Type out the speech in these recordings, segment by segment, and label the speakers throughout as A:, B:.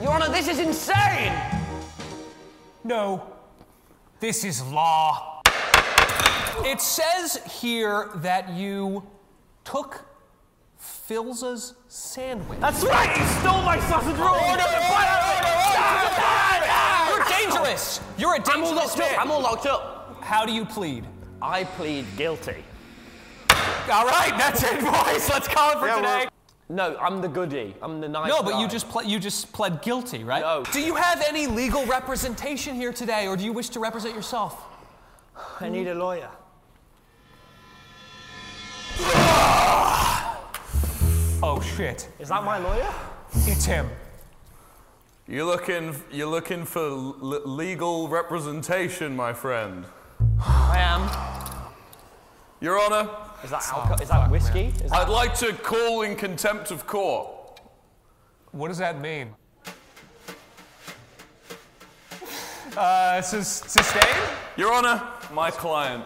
A: Your Honor, this is insane!
B: No. This is law. It says here that you took Filza's sandwich.
A: That's right! You stole my sausage roll!
B: Order, You're dangerous. You're a
A: I'm all
B: dangerous
A: locked
B: man.
A: up! I'm all locked up!
B: How do you plead?
A: I plead guilty.
B: All right, that's it, boys. Let's call it for today.
A: No, I'm the goody. I'm the nice
B: No, but
A: guy.
B: you just ple- you just pled guilty, right?
A: No.
B: Do you have any legal representation here today, or do you wish to represent yourself?
A: I need a lawyer.
B: Oh shit!
A: Is that my lawyer?
B: It's him.
C: You're looking, you're looking for l- legal representation, my friend.
A: I am.
C: Your Honor,
A: Is that alcohol? is that whiskey? Is that-
C: I'd like to call in contempt of court.
B: What does that mean? Uh, sus- sustain?
C: Your Honor, my client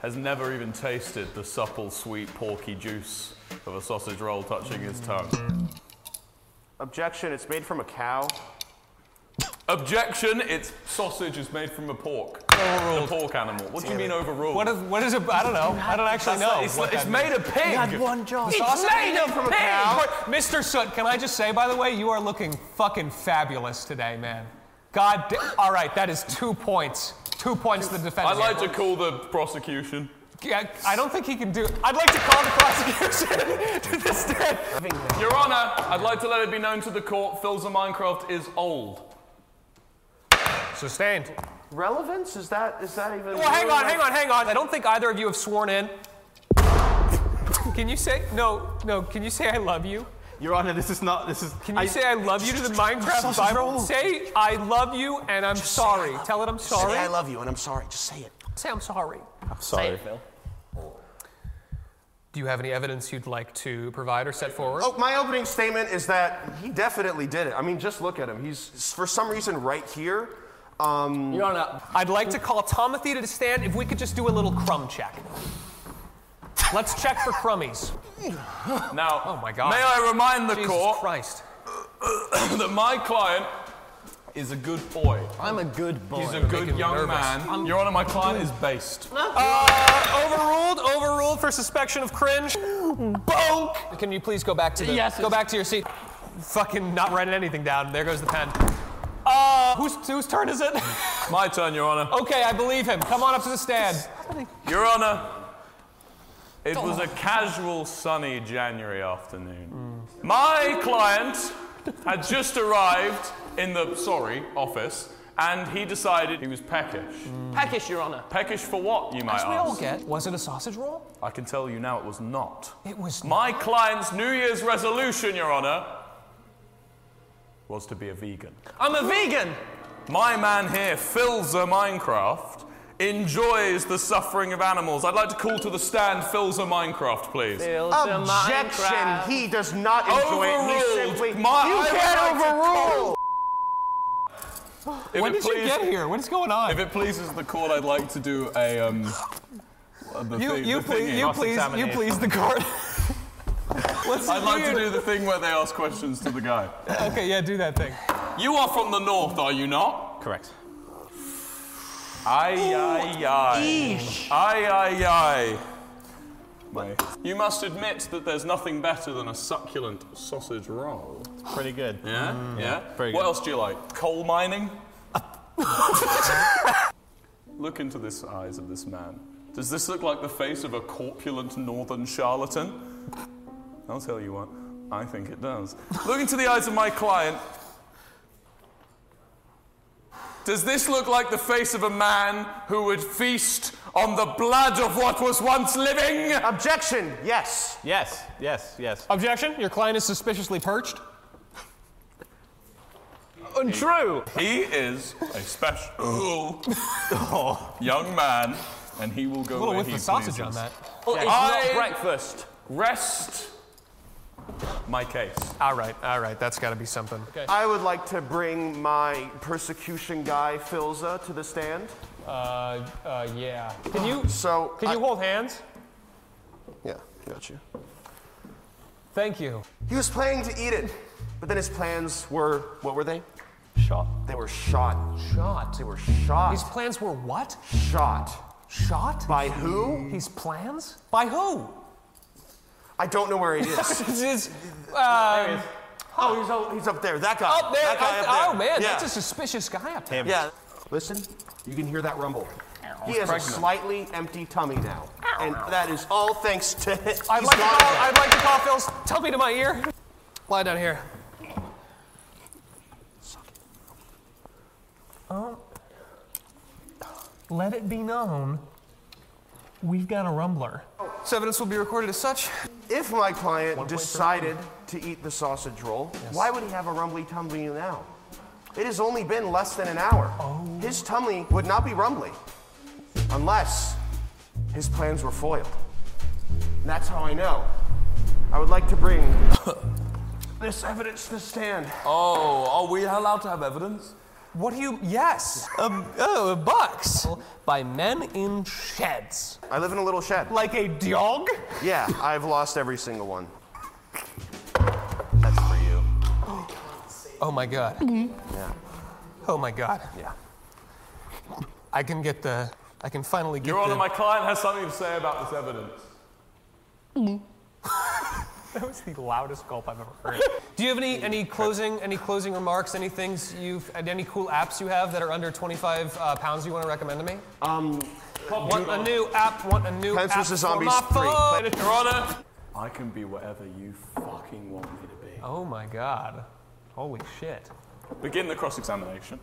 C: has never even tasted the supple, sweet, porky juice of a sausage roll touching his tongue.
D: Objection, it's made from a cow.
C: Objection, it's sausage is made from a pork. A pork animal. What do you mean overruled?
B: What is, what is it? I don't know. I don't actually
C: That's
B: know.
C: not- it's
B: what
C: it's
B: that
C: made
B: means.
C: of pig.
A: job.
B: The sausage
A: made
B: is
A: of
B: from a
A: pig!
B: cow. Mr. Soot, can I just say, by the way, you are looking fucking fabulous today, man. God da- All right, that is two points. Two points to the defense.
C: I'd like to call the prosecution.
B: Yeah, I don't think he can do. I'd like to call the prosecution to this day.
C: Your Honor, I'd like to let it be known to the court Philza Minecraft is old.
B: Sustained.
D: Relevance? Is that is that even?
B: Well, hang on, hang on, hang on. I don't think either of you have sworn in. Can you say no? No. Can you say I love you?
E: Your Honor, this is not. This is.
B: Can you say I love you to the Minecraft
E: sausage
B: Bible?
E: roll.
B: Say I love you and I'm
F: Just say I
B: sorry.
F: love
B: Tell it I'm
F: Just say
B: sorry.
F: I love you and I'm sorry. Just say it.
B: Say I'm sorry.
A: Say it, Phil.
B: Do you have any evidence you'd like to provide or set forward?
E: Oh, my opening statement is that he definitely did it. I mean, just look at him. He's for some reason right here. Um,
A: Your Honor,
B: I'd like to call Timothy to the stand if we could just do a little crumb check. Let's check for crummies.
C: Now,
B: Oh my God.
C: may I remind the
B: Jesus
C: court
B: Christ.
C: that my client is a good boy.
A: I'm a good boy.
C: He's a
B: making
C: good
B: me
C: young
B: nervous.
C: man. Your Honor, my client is based.
B: Uh, overruled, overruled for suspicion of cringe. Bonk! Can you please go back to the
A: Yes,
B: go
A: it's-
B: back to your seat? Fucking not writing anything down. There goes the pen. Uh, whose whose turn is it?
C: My turn, Your Honor.
B: okay, I believe him. Come on up to the stand.
C: Your Honor, it was a casual sunny January afternoon. My client had just arrived in the, sorry, office, and he decided he was peckish.
A: Peckish, Your Honor.
C: Peckish for what, you might
B: As we all
C: ask?
B: get, was it a sausage roll?
C: I can tell you now it was not.
B: It was
C: My client's New Year's resolution, Your Honor, was to be a vegan.
B: I'm a vegan.
C: My man here, Philza Minecraft, enjoys the suffering of animals. I'd like to call to the stand Philza Minecraft, please.
A: Build a
E: objection.
A: Minecraft.
E: He does not enjoy it. He
C: Overruled.
E: simply.
C: My-
E: you
C: I would
E: can't
C: like to
E: overrule.
C: If
B: When
C: it
B: did you
C: please-
B: get here? What is going on?
C: If it pleases the court, I'd like to do a um. The
B: You,
C: thing,
B: you,
C: the thing
B: please,
C: here.
B: you please, you please the court. Let's
C: I'd like to
B: your-
C: do the thing where they ask questions to the guy.
B: Okay, yeah, do that thing.
C: You are from the north, are you not?
F: Correct.
C: Aye, aye, aye. Aye, aye, aye. You must admit that there's nothing better than a succulent sausage roll.
F: Pretty good.
C: Yeah?
F: Mm,
C: yeah?
F: very
C: what
F: good.
C: else do you like? Coal mining?
F: Uh,
C: look into this eyes of this man. Does this look like the face of a corpulent northern charlatan? I'll tell you what, I think it does. Look into the eyes of my client. Does this look like the face of a man who would feast on the blood of what was once living?
E: Objection. Yes.
F: Yes, yes, yes.
B: Objection. Your client is suspiciously perched.
A: Untrue.
C: He is a special young man, and he will go
B: Well,
C: where
B: with
C: he
B: the sausage
C: pleases.
B: on that.
A: It's
C: I-
A: not breakfast.
C: Rest my case.
B: All right, all right, that's got to be something. Okay.
E: I would like to bring my persecution guy Filza to the stand.
B: Uh, uh, yeah. Can you
E: So
B: can
E: I-
B: you hold hands?
E: Yeah, got you.
B: Thank you.
E: He was planning to eat it, but then his plans were what were they?
B: Shot.
E: They were shot.
B: Shot.
E: They were shot.
B: His plans were what?
E: shot.
B: Shot?
E: By who?
B: His plans? By who?
E: I don't know where he is.
B: This is, um,
E: oh, he's, o- he's up there. That guy.
B: up there.
E: That guy
B: up-
E: up there.
B: Oh man,
E: yeah.
B: that's a suspicious guy up there.
E: Yeah. Listen, you can hear that rumble. He has a slightly empty tummy now. And that is all thanks to him.
B: I'd like, to call, I'd like to call Phil's. Tell me to my ear. Lie down here. Um, let it be known, we've got a rumbler. This evidence will be recorded as such.
E: If my client decided to eat the sausage roll, why would he have a rumbly tummy now? It has only been less than an hour. His tummy would not be rumbly unless his plans were foiled. And that's how I know. I would like to bring this evidence to the stand.
C: Oh, are we allowed to have evidence?
B: What do you? Yes, a, oh, a box by men in sheds,
E: I live in a little shed.
B: like a dog.
E: Yeah, I've lost every single one. That's for you.
B: Oh my god.
E: Mm-hmm.
B: Oh my god.
E: Yeah.
B: I can get the. I can finally get
C: Your Honor,
B: the.
C: my client has something to say about this evidence.
B: that was the loudest gulp I've ever heard. Do you have any any closing any closing remarks? Any things you've and any cool apps you have that are under 25 uh, pounds you want to recommend to me? Um. Want a new app? Want a new
E: Plants
B: app
E: vs.
B: for
E: Zombies
B: my
E: 3.
B: phone?
C: Your Honor,
A: I can be whatever you fucking want me to be.
B: Oh my god. Holy shit.
C: begin the cross-examination.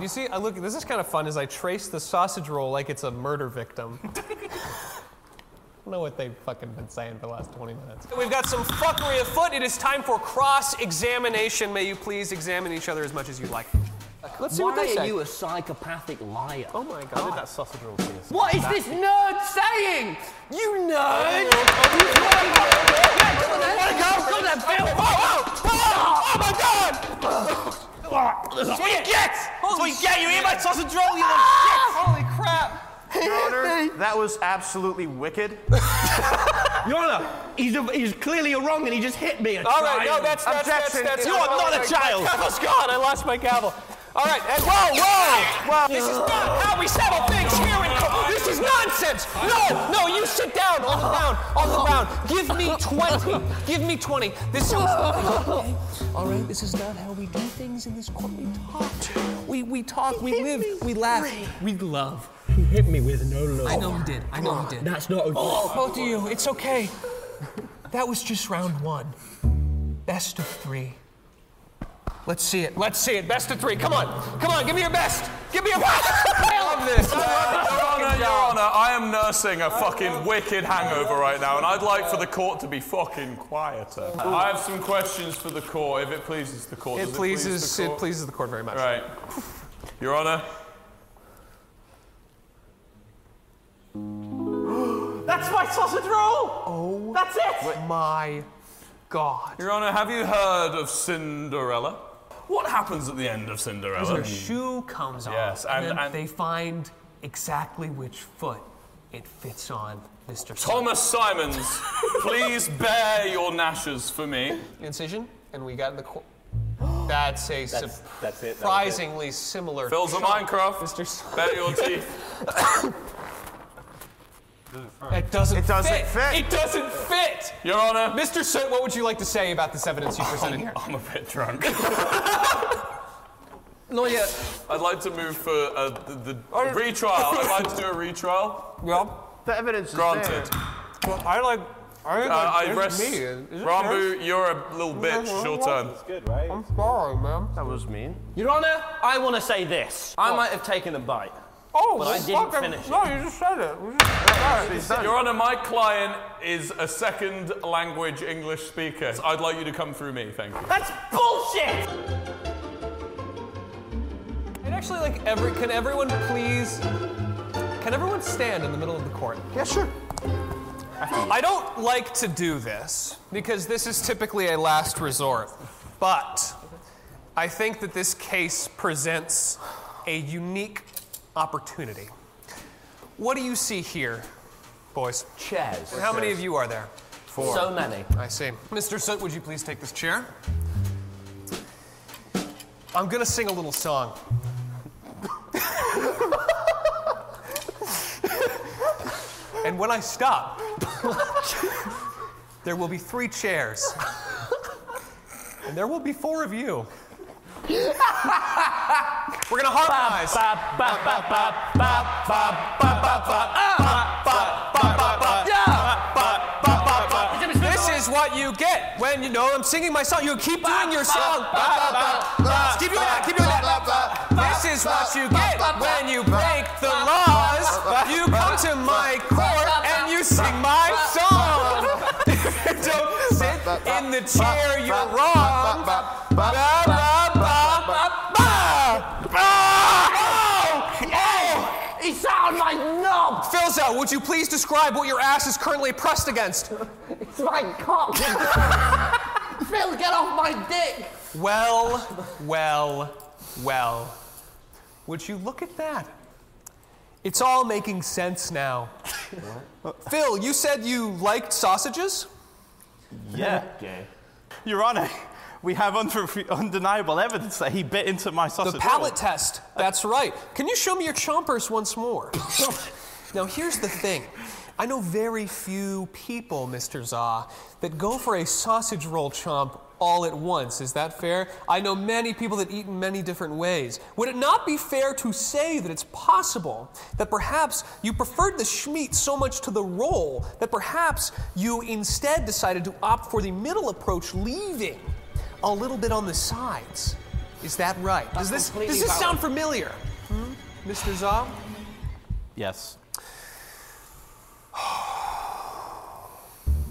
B: You see, I look. This is kind of fun. As I trace the sausage roll like it's a murder victim. I don't know what they've fucking been saying for the last 20 minutes. We've got some fuckery afoot. It is time for cross-examination. May you please examine each other as much as you like. Let's see what
A: Why
B: they
A: are
B: say.
A: you a psychopathic liar?
B: oh my god.
F: sausage roll thing.
A: What is this nerd saying? You nerd! You fucking
B: That's what you get. You eat my sausage roll. You little
A: Ah!
B: shit. Holy crap.
E: Your Honor, that was absolutely wicked.
A: Your Honor, he's, a, he's clearly a wrong and he just hit me.
B: All right, no, that's that's that's,
E: Objection.
B: that's
E: You
B: that's-
E: are not a
B: my
E: child.
B: Gavel's gone. I lost my gavel. All right, and whoa, whoa, whoa! This is not how we settle things here in court. This is nonsense. No, no, you sit down on the ground, on the ground. Give me twenty. Give me twenty. This is.
G: All right, this is not how we do things in this court. We talk. We, we talk, we live, we laugh, we love.
H: He hit me with no love.
G: I know he did. I know he did.
H: That's not okay.
G: Oh, both of you, it's okay. That was just round one.
B: Best of three. Let's see it. Let's see it. Best of three. Come on. Come on. Give me your best. Give me your best. I love this.
C: Your Honor, Your Honor, I am nursing a fucking wicked hangover right now, and I'd like for the court to be fucking quieter. I have some questions for the court, if it pleases the court. Does
B: It pleases.
C: the
B: It
C: court?
B: pleases the court very much.
C: Right. Your Honor,
A: That's my sausage roll!
B: Oh
A: That's it!
B: my God.
C: Your Honor, have you heard of Cinderella? What happens at the end of Cinderella?
B: Their shoe comes on.
C: Yes, and-
B: then
C: and-
B: they find exactly which foot it fits on, Mr.
C: Thomas Simons, please bear your gnashes for me.
B: Incision, and we got the. Qu- that's a
F: That's- that's it, that was it.
B: surprisingly similar.
C: Phil's a
B: shot,
C: Minecraft.
B: Mr. Simons.
C: Bear your teeth.
B: It doesn't.
E: It doesn't fit.
B: It doesn't fit.
C: Your Honor,
B: Mr. Soot, what would you like to say about this evidence you presented here?
C: I'm a bit drunk.
B: Not yet.
C: I'd like to move for uh, the, the retrial. I'd like to do a retrial.
B: Well,
E: The evidence is there.
C: Granted.
B: I like. I think
C: Uh, I rest. Rambu, you're a little bitch. Your turn.
F: Good, right?
B: Sorry, man.
E: That was mean.
A: Your Honor, I want to say this. I might have taken a bite.
B: Oh,
A: But I didn't fucking- finish it.
B: No, you just said it.
C: Your Honor, my client is a second language English speaker. I'd like you to come through me, thank you.
A: That's bullshit!
B: And actually, like, every can everyone please? Can everyone stand in the middle of the court?
E: Yeah, sure.
B: I don't like to do this because this is typically a last resort, but I think that this case presents a unique opportunity. What do you see here, boys?
A: Chairs.
B: How many of you are there?
F: Four.
A: So many.
B: I see. Mr. Soot, would you please take this chair? I'm gonna sing a little song. and when I stop, there will be three chairs. And there will be four of you. We're gonna harmonize. This is what you get when you know I'm singing my song. You keep doing your song. Keep doing that. Keep doing that. This is what you get when you break the laws. You come to my court and you sing my song. If you don't sit in the chair, you're wrong. Ba, ba, ba, ba, ba. Oh! Oh!
A: He sound like knob.
B: Philzo, would you please describe what your ass is currently pressed against?
A: It's my cock. Phil, get off my dick.
B: Well, well, well. Would you look at that? It's all making sense now. Phil, you said you liked sausages?
F: Yeah. Your Honor, we have unre- undeniable evidence that he bit into my sausage.
B: The palate
F: roll.
B: test. That's right. Can you show me your chompers once more? now, here's the thing. I know very few people, Mr. Zah, that go for a sausage roll chomp all at once. Is that fair? I know many people that eat in many different ways. Would it not be fair to say that it's possible that perhaps you preferred the schmeat so much to the roll that perhaps you instead decided to opt for the middle approach, leaving a little bit on the sides? Is that right? Does this,
A: completely
B: does this
A: valid.
B: sound familiar? Hmm? Mr. Zah?
F: Yes.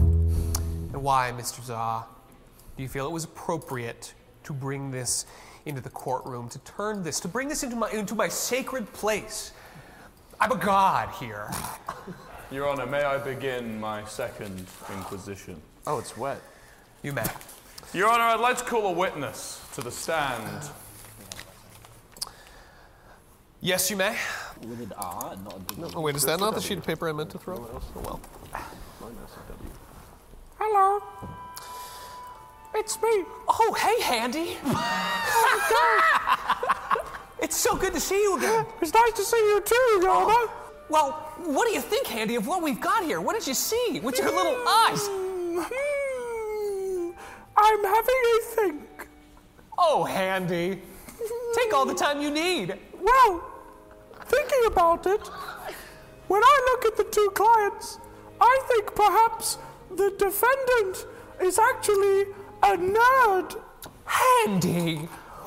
B: And why, Mr. Zah, do you feel it was appropriate to bring this into the courtroom, to turn this, to bring this into my, into my sacred place? I'm a god here.
C: Your Honor, may I begin my second inquisition?
D: Oh, it's wet.
B: You may.
C: Your Honor, I'd like to call a witness to the stand.
B: Yes, you may.
G: With an R and not a W.
B: Oh, wait, is that not the sheet of paper I meant to throw? Oh, well.
A: Hello. It's me.
B: Oh, hey, Handy. it's so good to see you again.
A: It's nice to see you too, Yoda.
B: Well, what do you think, Handy, of what we've got here? What did you see with your little eyes?
A: I'm having a think.
B: Oh, Handy. Take all the time you need.
A: Well, thinking about it, when I look at the two clients, I think perhaps the defendant is actually a nerd.
B: Handy.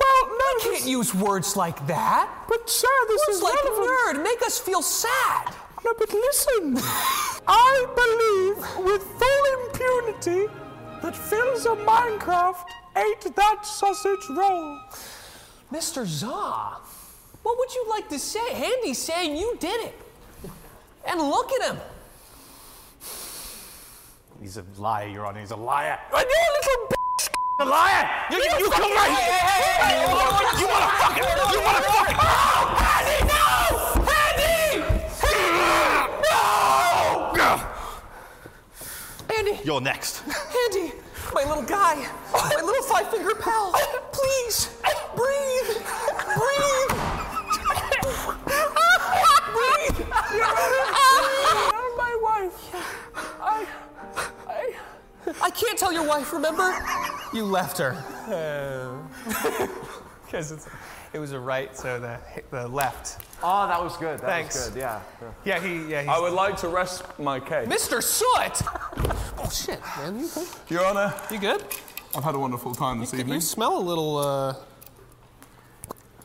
A: Well, no,
B: You can't use words like that.
A: but sir, this
B: Words
A: is
B: like
A: relevant.
B: nerd make us feel sad.
A: No, but listen. I believe with full impunity that Phil's a Minecraft ate that sausage roll.
B: Mr. Zah, what would you like to say? Handy's saying you did it. And look at him.
F: He's a liar, Your Honor. He's a liar.
A: And you little b-
F: A liar! You, you, you come right here! You wanna- You wanna fuck it! You wanna fuck it! Andy, no! Andy! No!
B: Handy,
F: You're next.
B: Handy, my little guy, my little five finger pal. Please, breathe, breathe. breathe.
A: and my wife. I, I,
B: I can't tell your wife, remember? You left her. Because it was a right, so the, the left.
D: Oh, that was good. That
B: Thanks.
D: was good. Yeah.
B: Yeah, he. Yeah, he's.
C: I would like to rest my case.
B: Mr. Oh, Soot! oh shit, man, you good?
C: Your Honor,
B: You good?
C: I've had a wonderful time this
B: You smell a little. uh...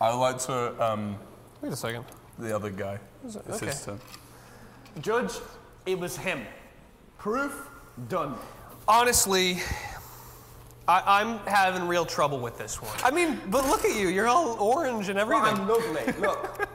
C: I'd like to, um,
B: Wait a second.
C: the other guy. It's his turn.
H: Judge, it was him. Proof done.
B: Honestly, I, I'm having real trouble with this one. I mean, but look at you. You're all orange and everything.
H: I'm lovely. Look,